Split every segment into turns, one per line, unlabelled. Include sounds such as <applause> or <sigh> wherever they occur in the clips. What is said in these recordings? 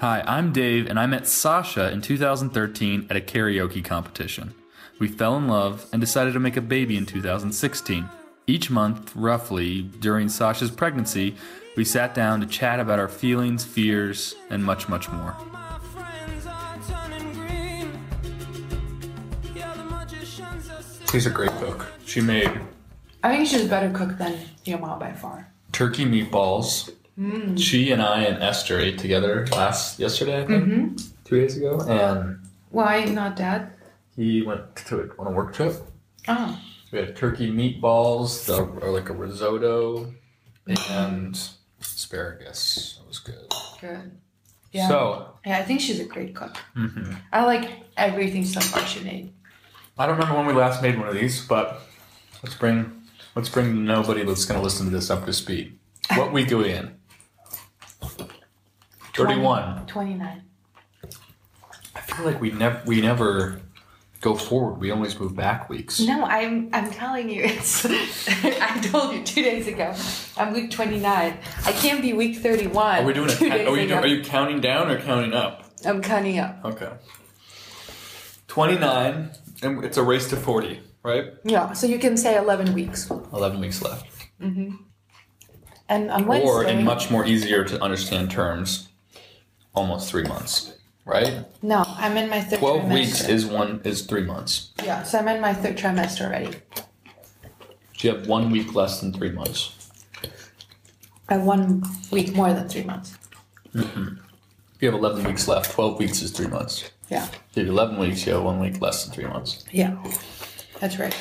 Hi, I'm Dave, and I met Sasha in 2013 at a karaoke competition. We fell in love and decided to make a baby in 2016. Each month, roughly, during Sasha's pregnancy, we sat down to chat about our feelings, fears, and much, much more.
My friends are turning green. Yeah, the magicians are singing.
She's a great cook. She made
I think she's a better cook than your mom by far.
turkey meatballs. She and I and Esther ate together last yesterday, I think, two days ago, and
Why not dad?
he went to on a work trip.
Oh,
We had turkey meatballs, the, or like a risotto, and asparagus. That was good.
good. Yeah.
So
yeah, I think she's a great cook.
Mhm.
I like everything so far she made.
I don't remember when we last made one of these, but let's bring let's bring nobody that's going to listen to this up to speed. What week are we in? Thirty-one.
29.
I feel like we never we never go forward. We always move back weeks.
No, I'm I'm telling you, it's <laughs> I told you two days ago. I'm week 29. I can't be week 31.
Are we doing a?
<laughs> two
ca-
days
Are we doing,
ago.
Are you counting down or counting up?
I'm cutting up.
Okay. Twenty-nine, and it's a race to forty, right?
Yeah, so you can say 11 weeks.
Eleven weeks left.
And on Wednesday.
or in much more easier to understand terms, almost three months, right?
No, I'm in my third
Twelve
trimester.
weeks is one is three months.
Yeah, so I'm in my third trimester already.
So you have one week less than three months.
I have Uh, one week more than three months.
You have eleven weeks left. Twelve weeks is three months.
Yeah,
If you have eleven weeks, you have one week less than three months,
yeah, that's right.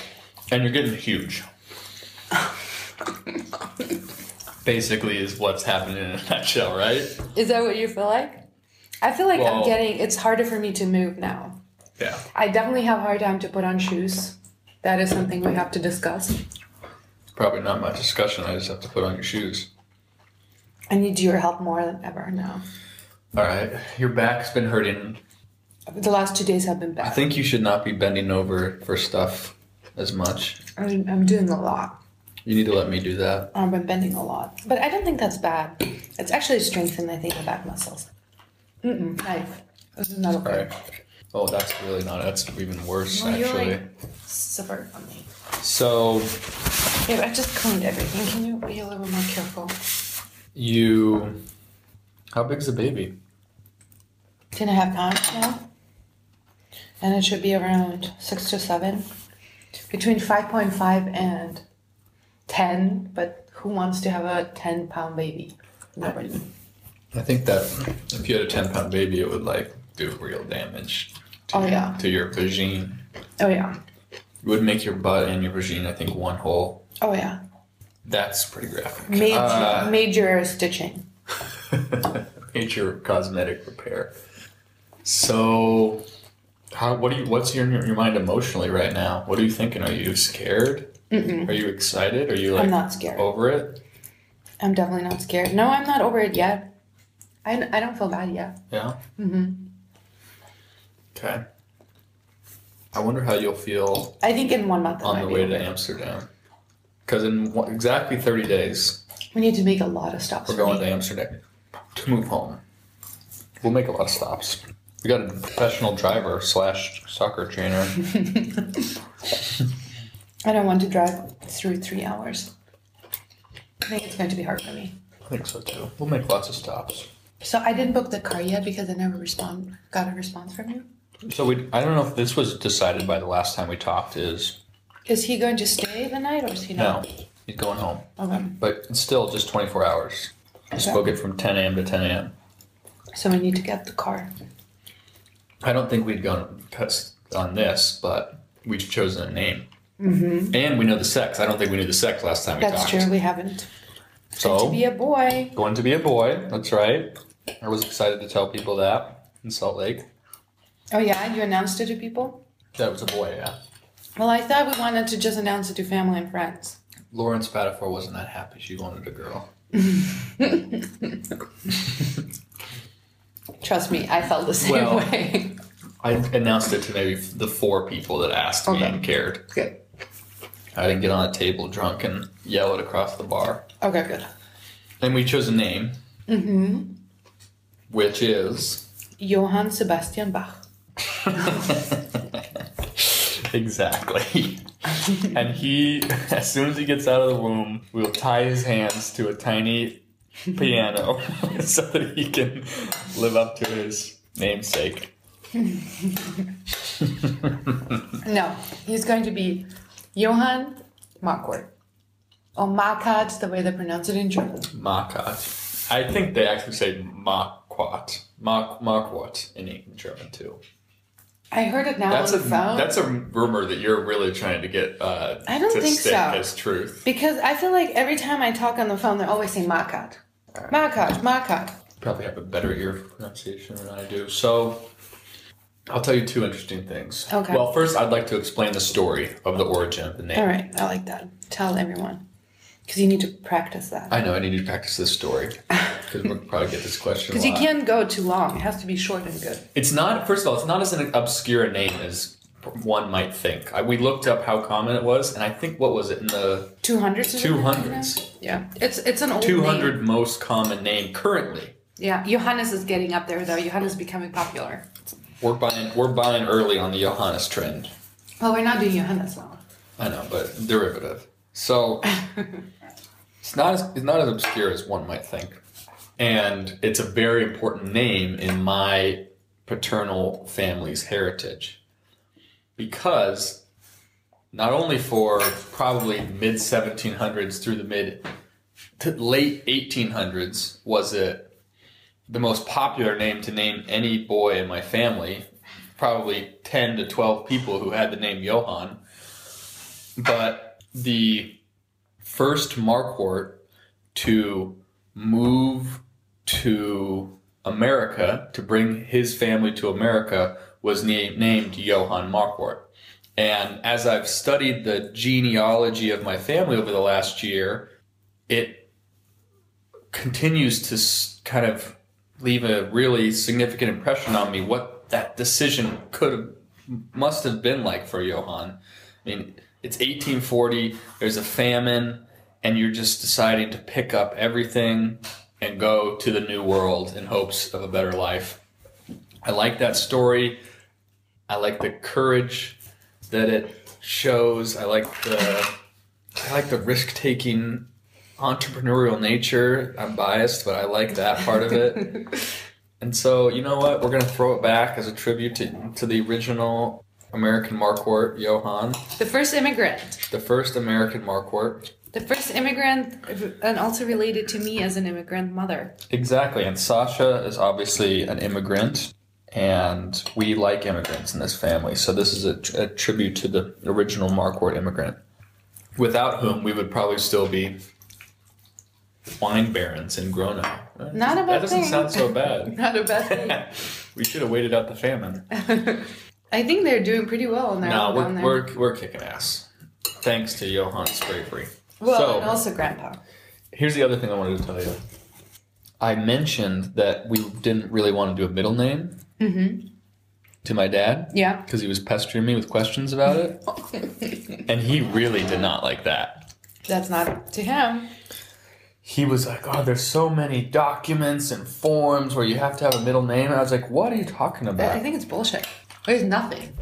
and you're getting huge. Basically, is what's happening in a nutshell, right?
Is that what you feel like? I feel like
Well-
I'm getting. It's harder for me to move now.
Yeah.
I definitely have a hard time to put on shoes. That is something we have to discuss.
Probably not much discussion. I just have to put on your shoes.
I need your help more than ever now.
All right. Your back's been hurting
The last two days have been
I
bad.
think you should not be bending over for stuff as much.
I'm, I'm doing a lot.
You need to let me do that.
I've been bending a lot, but I don't think that's bad. It's actually strengthened, I think, the back muscles. Mm-mm, knife. This is not
All
okay.
right. Oh, that's really not. That's even worse,
Well, you're
actually.
like- Suffer on me.
So
Yeah, I just cleaned everything. Can you be a little more careful?
you, how big's the baby?
Ten and a half pounds now. And it should be around six to seven. Between 5.5 and 10, but who wants to have a 10 pound baby? Nobody.
I think that if you had a ten pound baby, it would like do real damage. To
Oh,
your,
yeah.
To your vagine,
Oh, yeah.
it would make your butt and your vagine, I think, one hole.
Oh, yeah.
That's pretty graphic.
Major,
Uh,
major stitching.
<laughs> major cosmetic repair. So, how? What do you? What's your your mind emotionally right now? What are you thinking? Are you scared? Are you excited? Are you like
I'm not scared.
over it?
I'm definitely not scared. No, I'm not over it yet. I, I don't feel bad yet.
Yeah. Mm-hmm. Okay. I wonder how you'll feel
I think in one month I
on
might
the
be
way
over
to
it.
Amsterdam. Because in one, exactly thirty days,
We need to make a lot of stops.
we're
for
going
me.
to Amsterdam to move home. We'll make a lot of stops. We got a professional driver slash soccer trainer.
I don't want to drive through three hours. I think it's going to be hard for me.
I think so too. We'll make lots of stops.
So I didn't book the car yet because I never respond got a response from you.
So we, I don't know if this was decided by the last time we talked. Is
Is he going to stay the night or is he
no,
not?
he's going home,
Okay.
but it's still just 24 hours. Just
Okay.
book it from 10 a.m. to 10 a.m.
So we need to get the car.
I don't think we'd gone pest on this, but we've chosen a name, mm-hmm. and we know the sex. I don't think we knew the sex last time we
That's
talked.
true. We haven't.
So
To be a boy.
going to be a boy. That's right. I was excited to tell people that in Salt Lake
Oh yeah, you announced it to people.
that it was a boy. Yeah,
Well, I thought we wanted to just announce it to family and friends.
Lauren Spatafor wasn't that happy. She wanted a girl.
Trust me, I felt the same
Well-
way. <laughs>
I announced it to maybe the four people that asked me
Okay.
and cared.
good.
I didn't get on a table drunk and yell it across the bar.
Okay, good.
And we chose a name. which is <laughs>
Johann Sebastian Bach.
exactly. and he, <laughs> as soon as he gets out of the womb, will tie his hands to a tiny piano <laughs> so that he can live up to his namesake.
No, he's going to be Johann Marquardt. Or Marquardt, the way they pronounce it in German.
Marquardt. I think they actually say Marquardt. Mark Marquardt in in German too.
I heard it now
That's a
on the phone.
that's a rumor that you're really trying to get uh,
I don't
to
think
stick
so.
as truth.
Because I feel like every time I talk on the phone, they always say Marquardt. Marquardt, Marquardt.
probably have a better ear for pronunciation than I do. So I'll tell you two interesting things.
Okay.
Well, first, I'd like to explain the story of the origin of the name.
All right, I like that. Tell everyone. Because you need to practice that.
I know I need to practice this story because we'll probably get this
<laughs>
question.
Because
a
you
lot.
can't go too long. It has to be short and good.
It's not. First of all, it's not as an obscure name as one might think. I, we looked up how common it was, and I think what was it in the
200s? is it?
200s.
Yeah. It's it's an old name.
200 most common name currently.
Yeah. Johannes is getting up there, though. Johannes is becoming popular.
We're buying. We're buying early on the Johannes trend.
Well, we're not doing Johannes now.
I know, but derivative. So it's not as it's not as obscure as one might think, and it's a very important name in my paternal family's heritage because not only for probably mid 1700s through the mid to late 1800s was it the most popular name to name any boy in my family probably 10 to 12 people who had the name johann but the first Marquardt to move to America to bring his family to America was na- named Johann Marquardt. And as I've studied the genealogy of my family over the last year, it continues to s- kind of leave a really significant impression on me what that decision could have must have been like for Johann. I mean, it's 1840, there's a famine, and you're just deciding to pick up everything and go to the new world in hopes of a better life. I like that story. I like the courage that it shows. I like the I like the risk-taking entrepreneurial nature. I'm biased, but I like that part of it. And so, you know what? We're going to throw it back as a tribute to, to the original American Marquardt, Johann,
The first immigrant.
the first American Marquardt.
The first immigrant, and also related to me as an immigrant mother. <laughs>
Exactly. And Sasha is obviously an immigrant, and we like immigrants in this family. So, this is a, a tribute to the original Marquardt immigrant, without whom we would probably still be wine barons in Gronau.
Not a bad
That doesn't
thing.
sound so bad. <laughs>
Not a bad thing.
we should have waited out the famine.
<laughs> I think they're doing pretty well in their
No,
own down
we're,
there.
we're, we're kicking ass. Thanks to Johann's bravery.
well,
so,
and also grandpa.
here's the other thing I wanted to tell you. I mentioned that we didn't really want to do a middle name to my dad
Mm-hmm. Yeah.
because he was pestering me with questions about
<laughs>
it, and he really did not like that.
That's not to him.
he was like, "Oh, there's so many documents and forms where you have to have a middle name." And I was like, "What are you talking
I-
about?"
I think it's bullshit. There's nothing.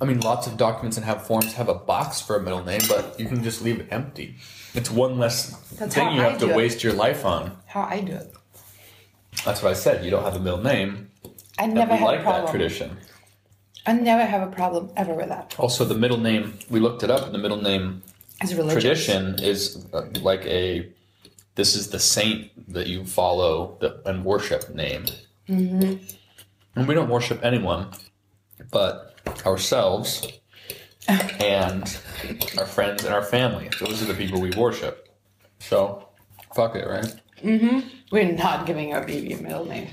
I mean, lots of documents and have forms have a box for a middle name, but you can just leave it empty. It's one less
That's how
thing you
I
have to
do it.
waste your life on.
How I do it.
That's what I said. You don't have a middle name.
I
and
never
we
had
like
a
that
problem.
tradition.
I never have a problem ever with that.
Also, the middle name we looked it up, and the middle name
It's religious.
tradition is uh, like a this is the saint that you follow the, and worship name. Mm-hmm. And we don't worship anyone, but ourselves and our friends and our family. Those are the people we worship. So, fuck it, right?
We're not giving our baby a middle name.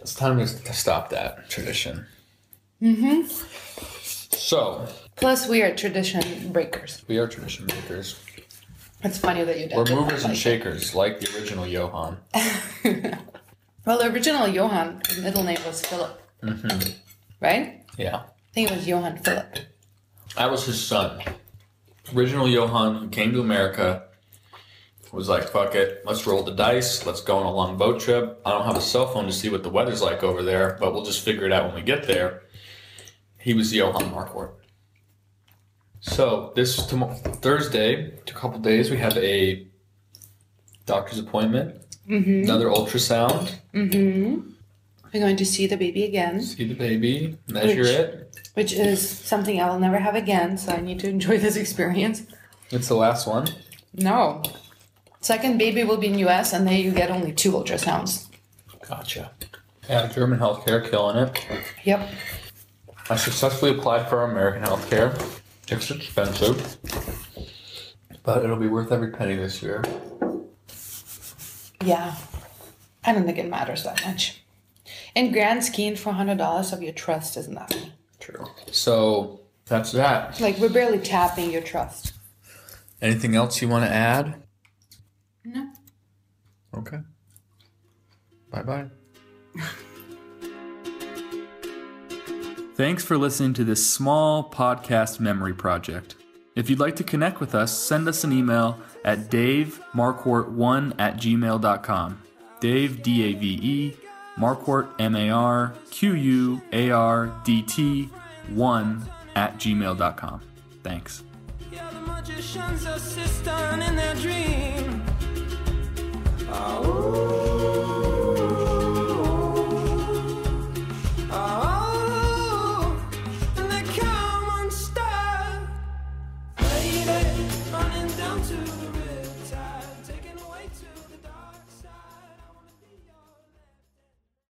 It's time to to stop that tradition. Mm-hmm. So,
Plus, we are tradition breakers.
we are tradition makers.
It's funny that you did
We're movers and shakers, like the original Johann.
Well, the original Johann, his middle name was Philip.
Mm-hmm.
Right?
Yeah.
I think it was Johann Philip.
That was his son. Original Johann who came to America, was like, fuck it, let's roll the dice, let's go on a long boat trip. I don't have a cell phone to see what the weather's like over there, but we'll just figure it out when we get there. He was Johan Marquardt. So this tom- Thursday, a couple days, we have a doctor's appointment, another ultrasound,
We're going to see the baby again,
see the baby, measure
Which-
it.
which is something I will never have again. So I need to enjoy this experience.
It's the last one.
No. Second baby will be in US and there you get only two ultrasounds.
Gotcha. Yeah, German healthcare killing it.
Yep.
I successfully applied for American healthcare. It's expensive, but it'll be worth every penny this year.
Yeah. I don't think it matters that much. In grand scheme, four hundred dollars of your trust isn't that many.
True. So that's that.
Like we're barely tapping your trust.
Anything else you want to add?
No.
Okay. Bye bye. Thanks for listening to this small podcast memory project. If you'd like to connect with us, send us an email at davemarquardt1 at gmail.com. Dave, D A V E, Marquardt, M A R Q U A R D T, 1 at gmail.com. Thanks.
Yeah, the magician's assistant in their dream. Oh. Ah,